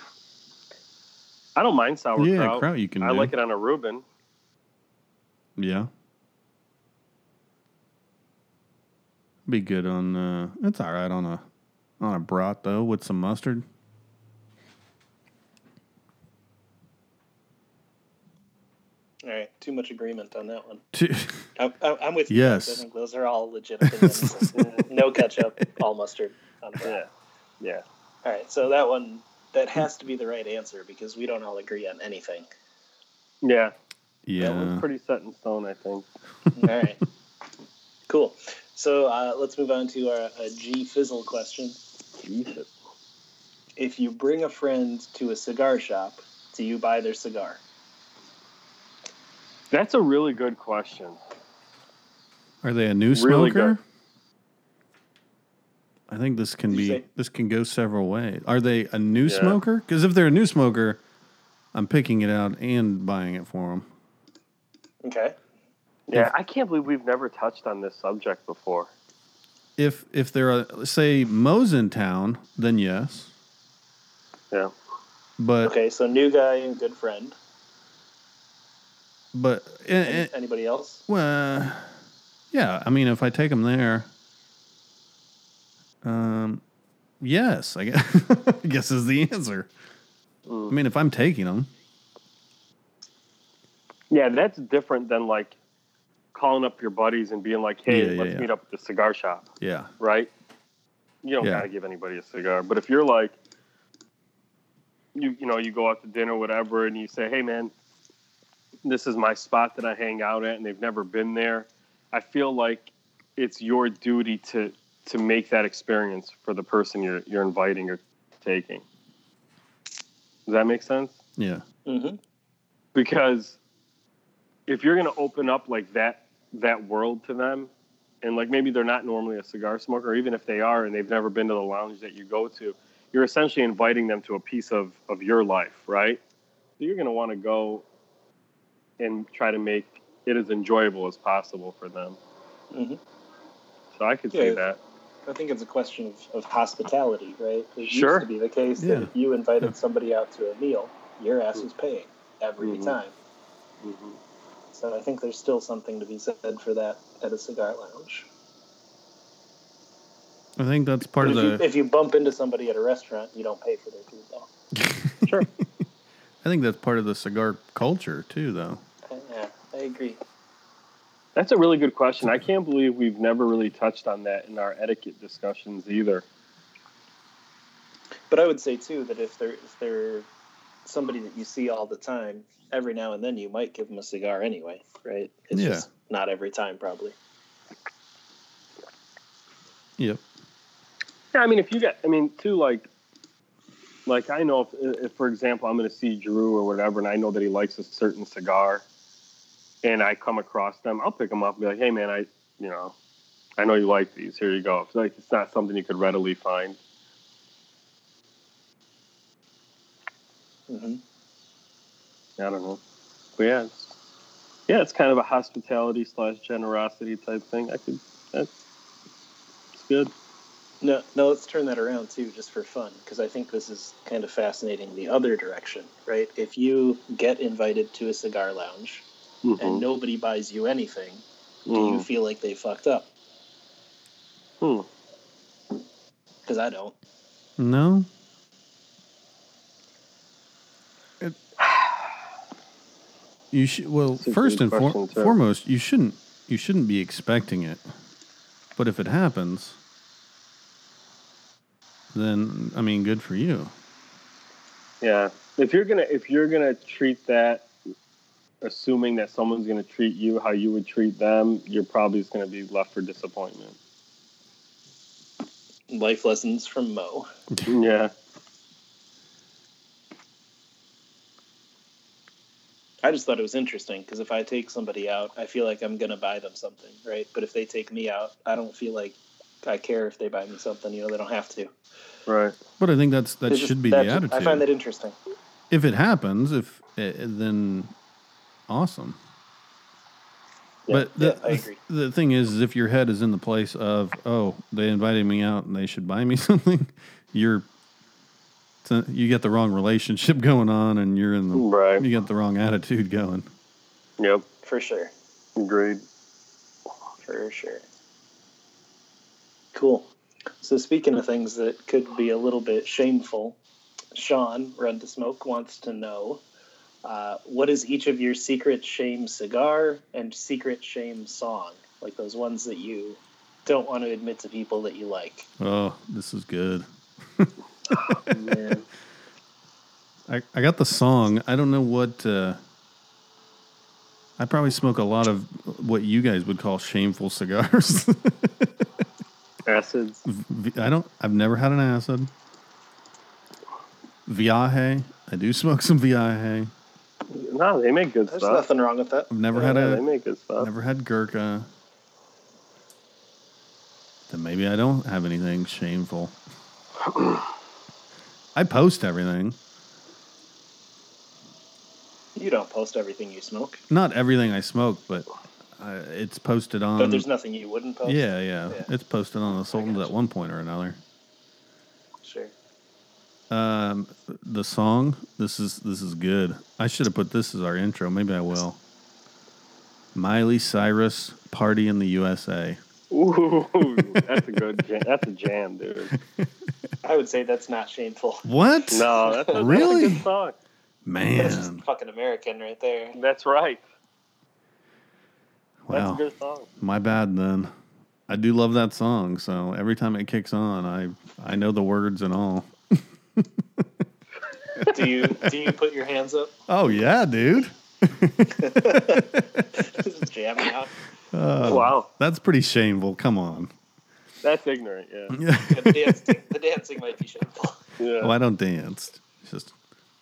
I don't mind sauerkraut. Yeah, kraut you can. I do. like it on a Reuben. Yeah. Be good on uh it's all right on a on a brat though with some mustard. [LAUGHS] All right, too much agreement on that one. Too- I, I, I'm with you. Yes. I think those are all legitimate. [LAUGHS] amendments. no ketchup, all mustard. On that. Yeah. Yeah. All right, so that one that has to be the right answer because we don't all agree on anything. Yeah. That yeah. one's pretty set in stone, I All think. right, cool. So uh, let's move on to our a G Fizzle question. Jesus. If you bring a friend to a cigar shop, do you buy their cigar? That's a really good question. Are they a new smoker? Really good. I think this can Did be you say- this can go several ways. Are they a new Yeah. smoker? Because if they're a new smoker, I'm picking it out and buying it for them. Okay. Yeah, I can't believe we've never touched on this subject before. If if they're a, say Mo's in town, then yes. Yeah. But Okay, so new guy and good friend. but Any- and, and- Anybody else? Well, yeah. I mean, if I take them there, um, yes, I guess, [LAUGHS] I guess is the answer. I mean, if I'm taking them, Yeah, that's different than like calling up your buddies and being like, hey, Yeah, yeah, let's yeah. meet up at the cigar shop. yeah, right? You don't Yeah. gotta give anybody a cigar. But if you're like, you you know, you go out to dinner, whatever, and you say, hey man, this is my spot that I hang out at, and they've never been there. I feel like it's your duty to to make that experience for the person you're you're inviting or taking. Does that make sense? yeah, Mm-hmm. because if you're going to open up like that that world to them and like maybe they're not normally a cigar smoker or even if they are and they've never been to the lounge that you go to you're essentially inviting them to a piece of of your life right so you're going to want to go and try to make it as enjoyable as possible for them Mhm. so i could see Yeah. that I think it's a question of, of hospitality, right? It Sure. used to be the case that Yeah. if you invited Yeah. somebody out to a meal, your ass was paying every Mhm. time. So I think there's still something to be said for that at a cigar lounge. I think that's part But of if, the. you, if you bump into somebody at a restaurant, you don't pay for their food, though. sure I think that's part of the cigar culture too, though. Yeah, I agree. that's a really good question i can't believe we've never really touched on that in our etiquette discussions either But I would say too that if they're if they're somebody that you see all the time, every now and then you might give them a cigar anyway, right? It's Yeah. just not every time, probably. Yep. Yeah, I mean, if you get, I mean, too, like, like I know if, if for example, I'm going to see Drew or whatever, and I know that he likes a certain cigar, and I come across them, I'll pick them up and be like, hey, man, I, you know, I know you like these. Here you go. It's like it's not something you could readily find. hmm I don't know, but yeah, it's, yeah, it's kind of a hospitality slash generosity type thing. I could, that's, it's good. No, no, let's turn that around too, just for fun, because I think this is kind of fascinating the other direction, right? If you get invited to a cigar lounge and Mhm. nobody buys you anything, do you Mm. feel like they fucked up? Hmm. Because I don't. No. It, you should well That's a first and good for, question, too. foremost you shouldn't you shouldn't be expecting it, but if it happens, then I mean good for you. Yeah. If you're gonna if you're gonna treat that assuming that someone's gonna treat you how you would treat them, you're probably just gonna be left for disappointment. Life lessons from Mo. [LAUGHS] Yeah. I just thought it was interesting because if I take somebody out, I feel like I'm gonna buy them something, right? But if they take me out, I don't feel like I care if they buy me something. You know, they don't have to. Right. But I think that's that It's just- should be the that's- attitude. I find that interesting. if it happens, if eh, then awesome. Yeah, but the, yeah, I agree. the the thing is, is if your head is in the place of oh they invited me out and they should buy me [LAUGHS] something, you're so you get the wrong relationship [LAUGHS] going on and you're in the Right. you got the wrong attitude going. Yep. For sure. Agreed. For sure. Cool. So speaking of things that could be a little bit shameful, Sean Run to Smoke wants to know uh, what is each of your secret shame cigar and secret shame song, like those ones that you don't want to admit to people that you like. Oh, this is good. Man, I, I got the song. I don't know what. Uh, I probably smoke a lot of what you guys would call shameful cigars. [LAUGHS] Acids. V- I don't. I've never had an acid. Viaje. I do smoke some Viaje. No, they make good there's stuff. nothing wrong with that. I've never Yeah, had they a. make good stuff. Never had Gurkha. Then maybe I don't have anything shameful. [CLEARS THROAT] I post everything. You don't post everything you smoke, Not everything I smoke, but I, it's posted on. but there's nothing you wouldn't post. Um, Yeah, yeah, Yeah. It's posted on the Sultans at gotcha. one point or another. Sure. Um, the song. This is this is good. I should have put this as our intro. Maybe I will. Miley Cyrus, "Party in the USA." Ooh, [LAUGHS] that's a good. Jam. That's a jam, dude. I would say that's not shameful. [LAUGHS] What? No, that's a, that's a Really? good song. That's just Man, fucking American right there. That's right. That's a wow. good song. My bad then. I do love that song. So every time it kicks on, I I know the words and all. Do you do you put your hands up? [LAUGHS] Oh yeah, dude. [LAUGHS] Just jamming out. Uh, wow, That's pretty shameful. Come on. [LAUGHS] that's ignorant. Yeah. The dancing, the dancing might be shameful. yeah. Oh, I don't dance. It's just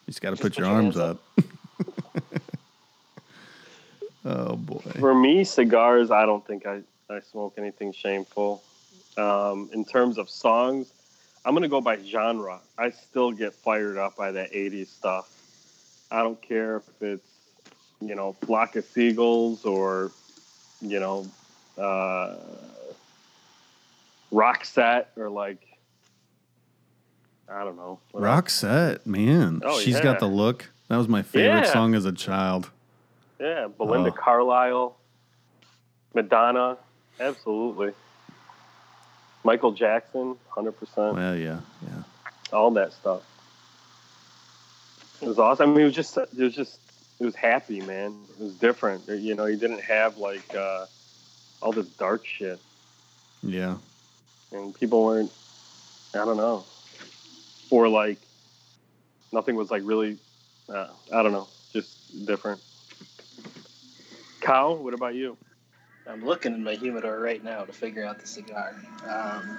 you just got to put put your your arms hands up. [LAUGHS] oh boy. For me, cigars. I don't think I I smoke anything shameful. Um, in terms of songs, I'm gonna go by genre. I still get fired up by that '80s stuff. I don't care if it's you know flock of seagulls or you know uh, rock set or like I don't know what else? Roxette, man. Oh, she's yeah. got the look. That was my favorite Yeah. song as a child. Yeah, Belinda Oh. Carlisle, Madonna, absolutely. Michael Jackson, hundred percent, Well, yeah, yeah. all that stuff. It was awesome. I mean, it was just, it was just, it was happy, man. It was different. You know, you didn't have like uh, all this dark shit, Yeah. and people weren't. I don't know, or like nothing was like really. Uh, I don't know, just different. Cow, what about you? I'm looking in my humidor right now to figure out the cigar. Um,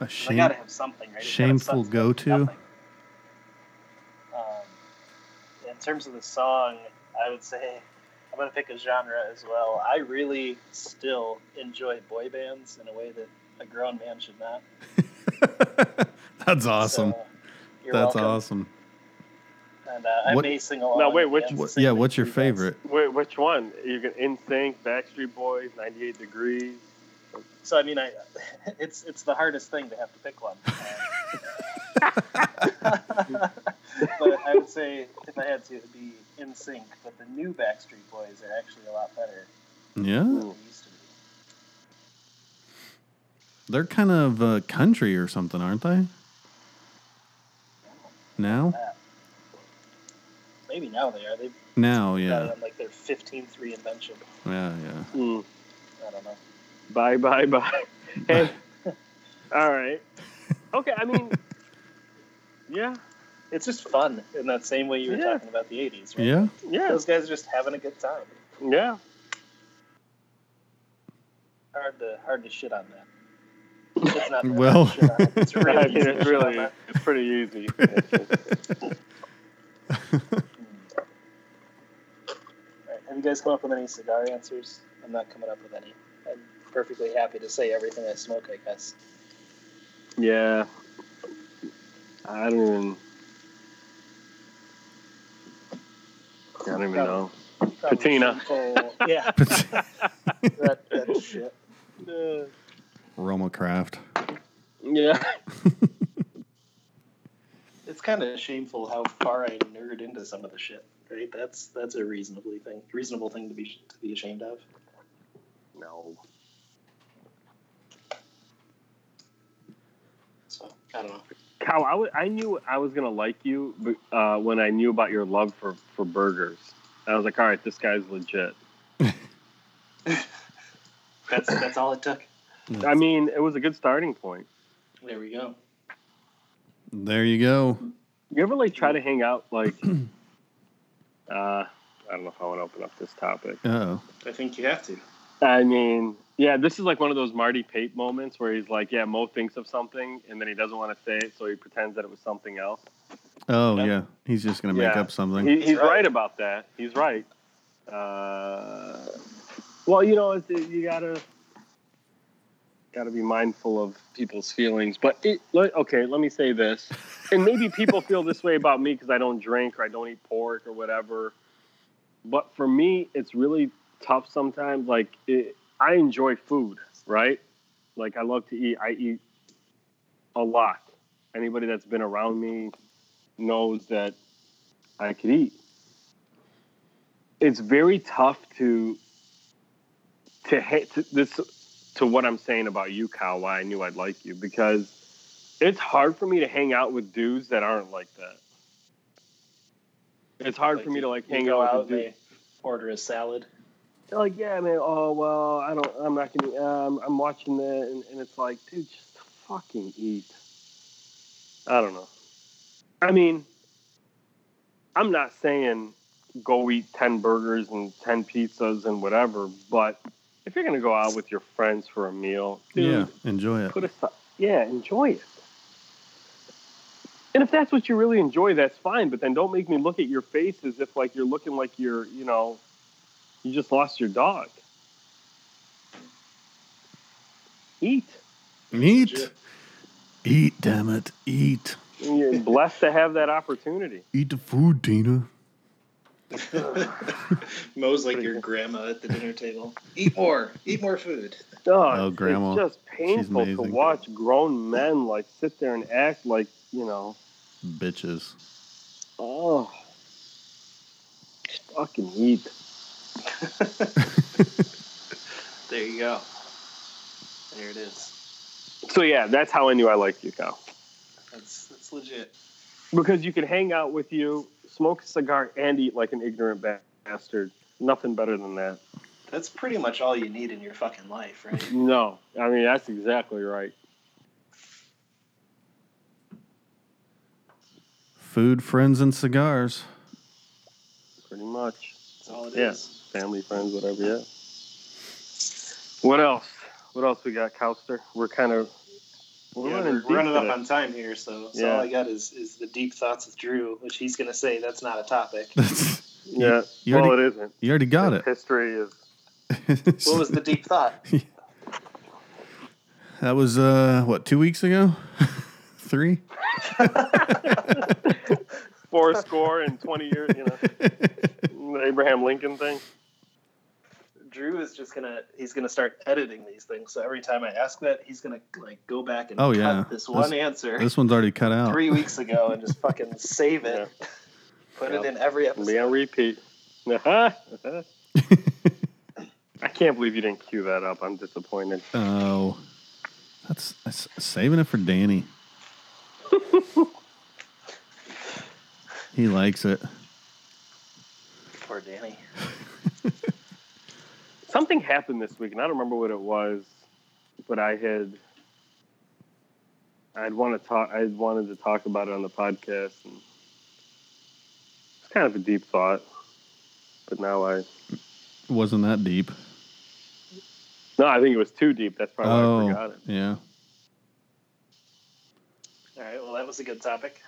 A I shame. gotta have something. Right? It's gotta shameful suck- go-to? nothing. Um, in terms of the song, I would say I'm gonna pick a genre as well. I really still enjoy boy bands in a way that a grown man should not. [LAUGHS] That's awesome. So, you're That's welcome. awesome. And uh, I What- may sing along. No, wait, which- and What, sing yeah, with what's your you guys. favorite? Wait, which one? You can in sync, Backstreet Boys, 98 Degrees. So I mean, I [LAUGHS] it's it's the hardest thing to have to pick [LAUGHS] one. but I would say if I had to, it'd be In Sync. But the new Backstreet Boys are actually a lot better Yeah. than they used to be. They're kind of uh, country or something, aren't they? Now? That. Maybe now they are. They've Now, got it yeah. on like their 15th reinvention. Yeah, yeah. Mm. I don't know. Bye, bye, bye. [LAUGHS] Hey. All right. Okay, I mean, yeah, It's just fun in that same way you were Yeah. talking about the 80s. Right? Yeah. yeah, Those guys are just having a good time. [LAUGHS] yeah. Hard to hard to shit on that. It's not that Well. hard to shit on it. [LAUGHS] it's really, I mean, easy to it's shit on really, that. it's [LAUGHS] pretty easy. Alright, Have you guys come up with any cigar answers? I'm not coming up with any. I'm perfectly happy to say everything I smoke, I guess. yeah. I don't even. I don't even know. Patina. Full- yeah, [LAUGHS] [LAUGHS] that, that shit. Uh, Roma Craft. Yeah. it's kind of shameful how far I nerd into some of the shit. Right? That's that's a reasonably thing, reasonable thing to be to be ashamed of. No. So I don't know. Cal, I, w- I knew I was gonna like you but, uh, when I knew about your love for for burgers. I was like, all right, this guy's legit. That's that's all it took. I mean, it was a good starting point. There we go. There you go. You ever like try to hang out like? uh, I don't know if I want to open up this topic. Oh, I think you have to. I mean, yeah, this is like one of those Marty Pate moments where he's like, yeah, Mo thinks of something and then he doesn't want to say it, so he pretends that it was something else. oh yeah. He's just gonna make Yeah. up something. He, he's right. about that. He's right. Uh, well, you know, it's, you gotta gotta be mindful of people's feelings. But it, le- okay, let me say this, and maybe people feel this way about me because I don't drink or I don't eat pork or whatever. But for me, it's really tough sometimes. Like it, I enjoy food, right? Like I love to eat. I eat a lot. Anybody that's been around me knows that I could eat. It's very tough to to hit to this to what I'm saying about you, Kyle. Why I knew I'd like you because it's hard for me to hang out with dudes that aren't like that. It's hard for me to like you hang go out with and dudes. they order a [LAUGHS] salad. [LAUGHS] They're like, yeah, man. Oh well, I don't. I'm not gonna. Um, I'm watching that, and, and it's like, dude, just fucking eat. I don't know. I mean, I'm not saying go eat ten burgers and ten pizzas and whatever, but if you're gonna go out with your friends for a meal, dude, yeah, enjoy it. put aside. Yeah, enjoy it. And if that's what you really enjoy, that's fine. But then don't make me look at your face as if like you're looking like you're, you know, you just lost your dog. Eat. Eat. Eat, damn it. Eat. [LAUGHS] You're blessed to have that opportunity. Eat the food, Tina. Mo's like your grandma at the dinner table. Eat more. Eat more food. Dog, Oh, Grandma. It's just painful to amazing. watch grown men like sit there and act like you know. Bitches. Oh, fucking eat. There you go. There it is. So yeah, that's how I knew I liked you, Kyle. That's that's legit. Because you can hang out with you, smoke a cigar, and eat like an ignorant ba- bastard. Nothing better than that. That's pretty much all you need in your fucking life, right? No, I mean that's exactly right. Food, friends, and cigars. [LAUGHS] Pretty much, That's all it is. Yeah. family, friends, whatever. Yeah. What else? What else we got, Cowster? We're kind of we're Yeah, running we're deep running up today. on time here, so, so Yeah. all I got is, is the deep thoughts with Drew, which he's going to say that's not a [LAUGHS] topic. Yeah. You well, already- it isn't. You already got it. History is. What was the deep [LAUGHS] thought? that was uh what, two weeks ago? [LAUGHS] Three? [LAUGHS] Four score and 20 years, you know, the Abraham Lincoln thing. Drew is just going to he's going to start editing these things. So every time I ask that, he's going to like go back and Oh, cut yeah. this This- one answer This one's already cut out. 3 weeks ago and just fucking save it. Put it [LAUGHS] Yeah. in every Be episode. on repeat. [LAUGHS] I can't believe you didn't cue that up. I'm disappointed. [LAUGHS] Oh. That's, that's saving it for [LAUGHS] Danny. he likes it. Poor Danny. Something happened this week, and I don't remember what it was, but I had. I'd want to talk. I wanted to talk about it on the podcast, and it's kind of a deep thought. But now I Wasn't that deep. no, I think it was too deep. That's probably why I forgot Oh, it. yeah. All right, well that was a good topic.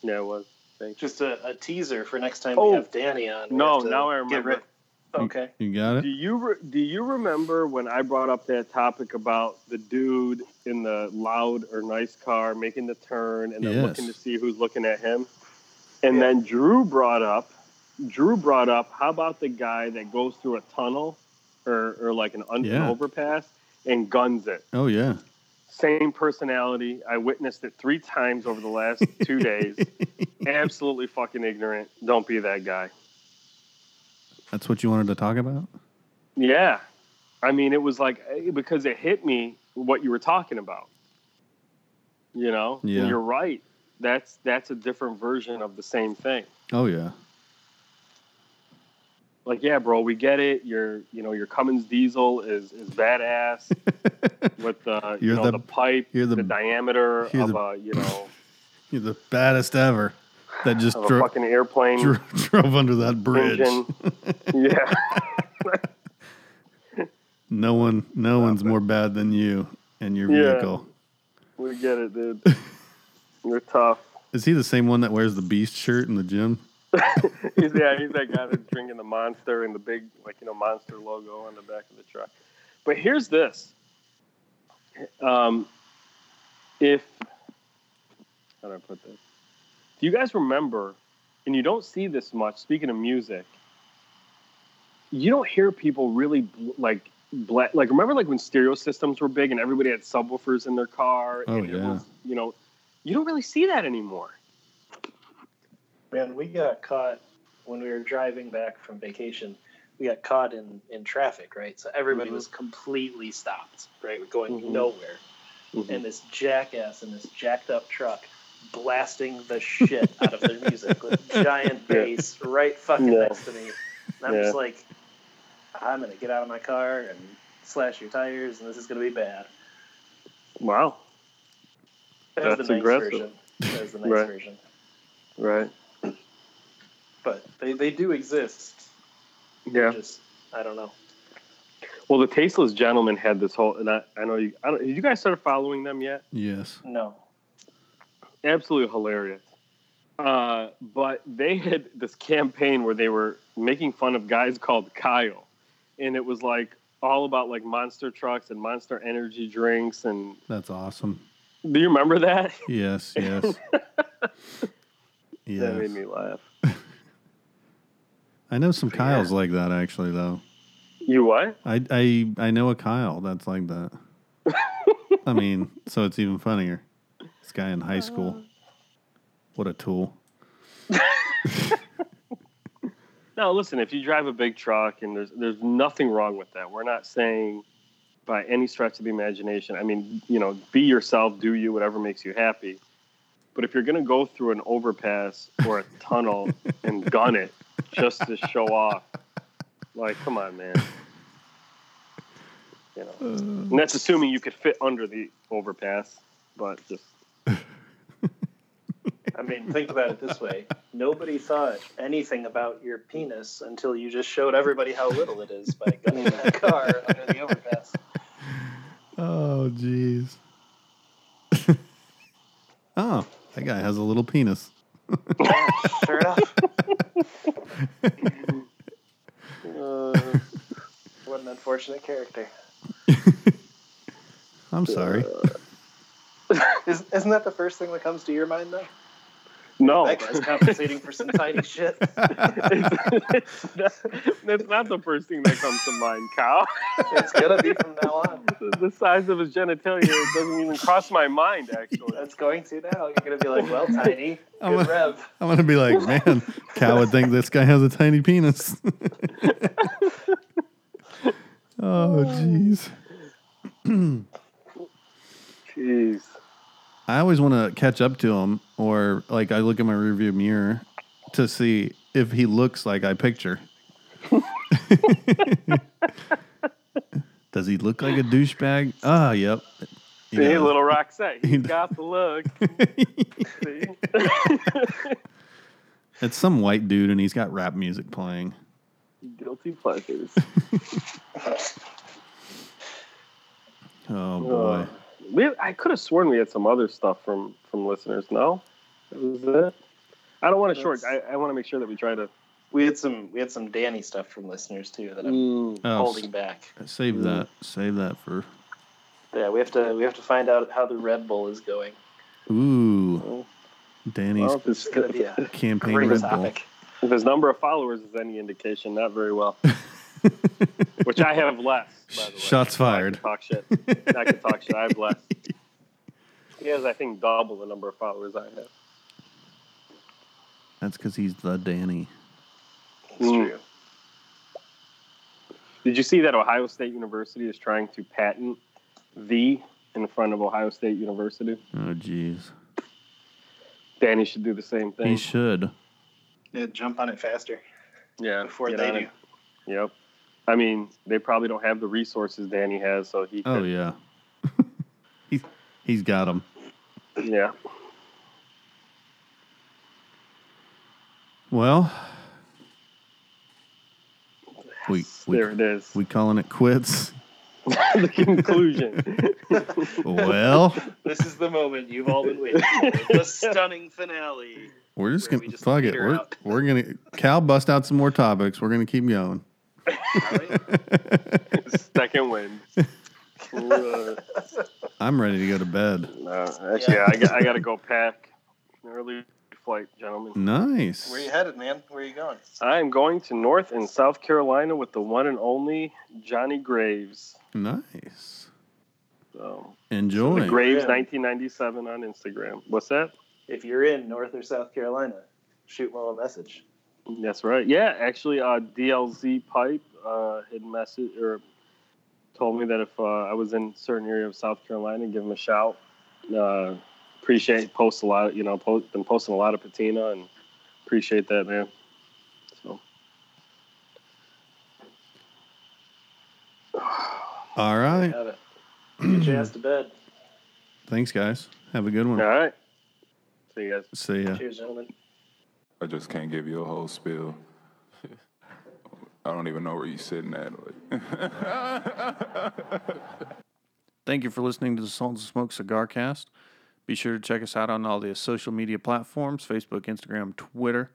Yeah, it was. Thanks. Just a, a teaser for next time Oh. we have Danny on. We No, have to now I get remember. rid- Okay. You got Do it? you re- do you remember when I brought up that topic about the dude in the loud or nice car making the turn and then Yes. looking to see who's looking at him? And Yeah. then Drew brought up, Drew brought up, how about the guy that goes through a tunnel or, or like an under Yeah. overpass and guns it? Oh yeah. Same personality. I witnessed it three times over the last two [LAUGHS] days. Absolutely fucking ignorant. Don't be that guy. That's what you wanted to talk about? Yeah. I mean, it was like eh, because it hit me what you were talking about. You know, And Yeah. you're right. That's that's a different version of the same thing. Oh yeah. Like, yeah, bro, we get it. Your you know your Cummins diesel is [LAUGHS] is badass with the you You're know the- the, pipe, you're the- the, diameter you're of the- a you know You're the baddest ever. That just of a dro- fucking airplane dro- [LAUGHS] drove under that bridge. engine. [LAUGHS] yeah, No one, no one's more bad than you and your Yeah. vehicle. we get it, [LAUGHS] dude. You're tough. Is he the same one that wears the beast shirt in the gym? He's yeah, he's that guy that's drinking the monster and the big like you know monster logo on the back of the truck. But here's this. Um, if how do I put this? Do you guys remember? And you don't see this much. Speaking of music, you don't hear people really bl- like bla- like remember like when stereo systems were big and everybody had subwoofers in their car. Oh, and it yeah. was, you know, you don't really see that anymore. Man, we got caught when we were driving back from vacation. We got caught in, in traffic, right? So everybody Mhm. was completely stopped, right? We're going Mhm. nowhere. Mm-hmm. And this jackass in this jacked up truck blasting the shit out of their music with [LAUGHS] giant Yeah. bass right fucking Yeah. next to me. And I'm Yeah. just like, I'm going to get out of my car and slash your tires, and this is going to be bad. Wow. That was That's the nice aggressive. version. That was the nice Right. version. Right. But they, they do exist. Yeah. Just, I don't know. Well, the Tasteless Gentleman had this whole, and I, I know you. I don't, did you guys start following them yet? Yes. No. Absolutely hilarious. Uh, but they had this campaign where they were making fun of guys called Kyle, and it was like all about like monster trucks and monster energy drinks. And That's awesome. do you remember that? [LAUGHS] Yes, yes. That yes. made me laugh. I know some Kyles like that actually though. You what? I I I know a Kyle that's like that. I mean, so it's even funnier. This guy in high school. What a tool. No, listen. If you drive a big truck, and there's there's nothing wrong with that. We're not saying by any stretch of the imagination. I mean, you know, be yourself, do you, whatever makes you happy. But if you're going to go through an overpass or a tunnel and gun it just to show off, like, come on, man. You know, and that's assuming you could fit under the overpass, but just I mean, think about it this way: nobody thought anything about your penis until you just showed everybody how little it is by gunning that car under the overpass. Oh jeez. [LAUGHS] oh, that guy has a little penis. [LAUGHS] Sure enough, uh, what an unfortunate character! I'm sorry. Is, isn't that the first thing that comes to your mind, though? no. That [LAUGHS] guy's compensating for some tiny shit. it's, it's- that's not the first thing that comes to mind, Kyle. It's gonna be from now on. the size of his genitalia doesn't even cross my mind, actually. That's going to now. You're gonna be like, well, tiny, I'm good a- rev. I'm gonna be like, man, Cal would think this guy has a tiny penis. [LAUGHS] oh jeez. Jeez. I always want to catch up to him, or like I look in my rearview mirror to see if he looks like I picture. [LAUGHS] Does he look like a douchebag? Ah, yep. He See, does. little Roxette, He he's does. got the look. [LAUGHS] See? [LAUGHS] it's some white dude, and he's got rap music playing. Guilty pleasures. Oh boy, We, I could have sworn we had some other stuff from from listeners. No, that was it. I don't want to short. I, I want to make sure that we try to. We had some we had some Danny stuff from listeners too that I'm oh, holding back. s- save that, save that for. Oh, Yeah, we have to we have to find out how the Red Bull is going. Ooh, Danny's Well, if his, It's gonna be [LAUGHS] if a campaign great Red Bull. [LAUGHS] topic. his number of followers is any indication, not very well. Which I have less. By [LAUGHS] the way. Shots fired. I can talk shit. I can talk shit. I have less. He has, I think, double the number of followers I have. That's because he's the Danny. It's Mm. true. Did you see that Ohio State University is trying to patent the in front of Ohio State University? Oh, jeez. Danny should do the same He thing. should. Yeah, jump on it faster yeah, before get they on do. it. Yep. I mean, they probably don't have the resources Danny has, so he. Oh could- yeah. [LAUGHS] he's he's got him. yeah. Well, we we there it is. we calling it quits. [LAUGHS] the conclusion. [LAUGHS] Well, This is the moment you've all been waiting for. [LAUGHS] The stunning finale. we're just Where gonna we just fuck it. peter We're out. we're gonna Cal bust out some more topics. We're gonna keep going. Second win. Uh, [LAUGHS] I'm ready to go to bed. no, actually, Yeah. I, got, I got to go pack. An Early flight, gentlemen. Nice. Where you headed, man? Where you going? I am going to North and South Carolina with the one and only Johnny Graves. Nice. So, Enjoy. Graves Yeah. 1997 on Instagram. What's that? If you're in North or South Carolina, shoot Will a message. That's right. Yeah, actually, uh, DLZ Pipe uh, had message or told me that if uh, I was in certain area of South Carolina, give him a shout. Uh, appreciate post a lot. You know, post, been posting a lot of patina and appreciate that, man. So All right. Have it. Get [CLEARS THROAT] your ass to bed. Thanks, guys. Have a good all one. right, see you guys. See ya. Cheers, gentlemen. I just can't give you a whole spiel. I don't even know where you're sitting at. Like. Thank you for listening to the Salt and Smoke Cigar Cast. Be sure to check us out on all the social media platforms Facebook, Instagram, Twitter.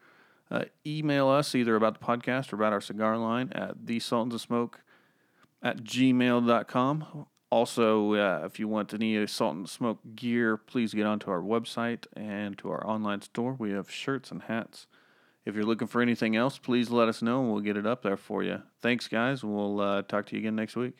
Uh, email us either about the podcast or about our cigar line at the Salt and Smoke at gmail.com. Also, uh, if you want any Salt and Smoke gear, please get onto our website and to our online store. We have shirts and hats. If you're looking for anything else, please let us know and we'll get it up there for you. Thanks, guys. We'll uh, talk to you again next week.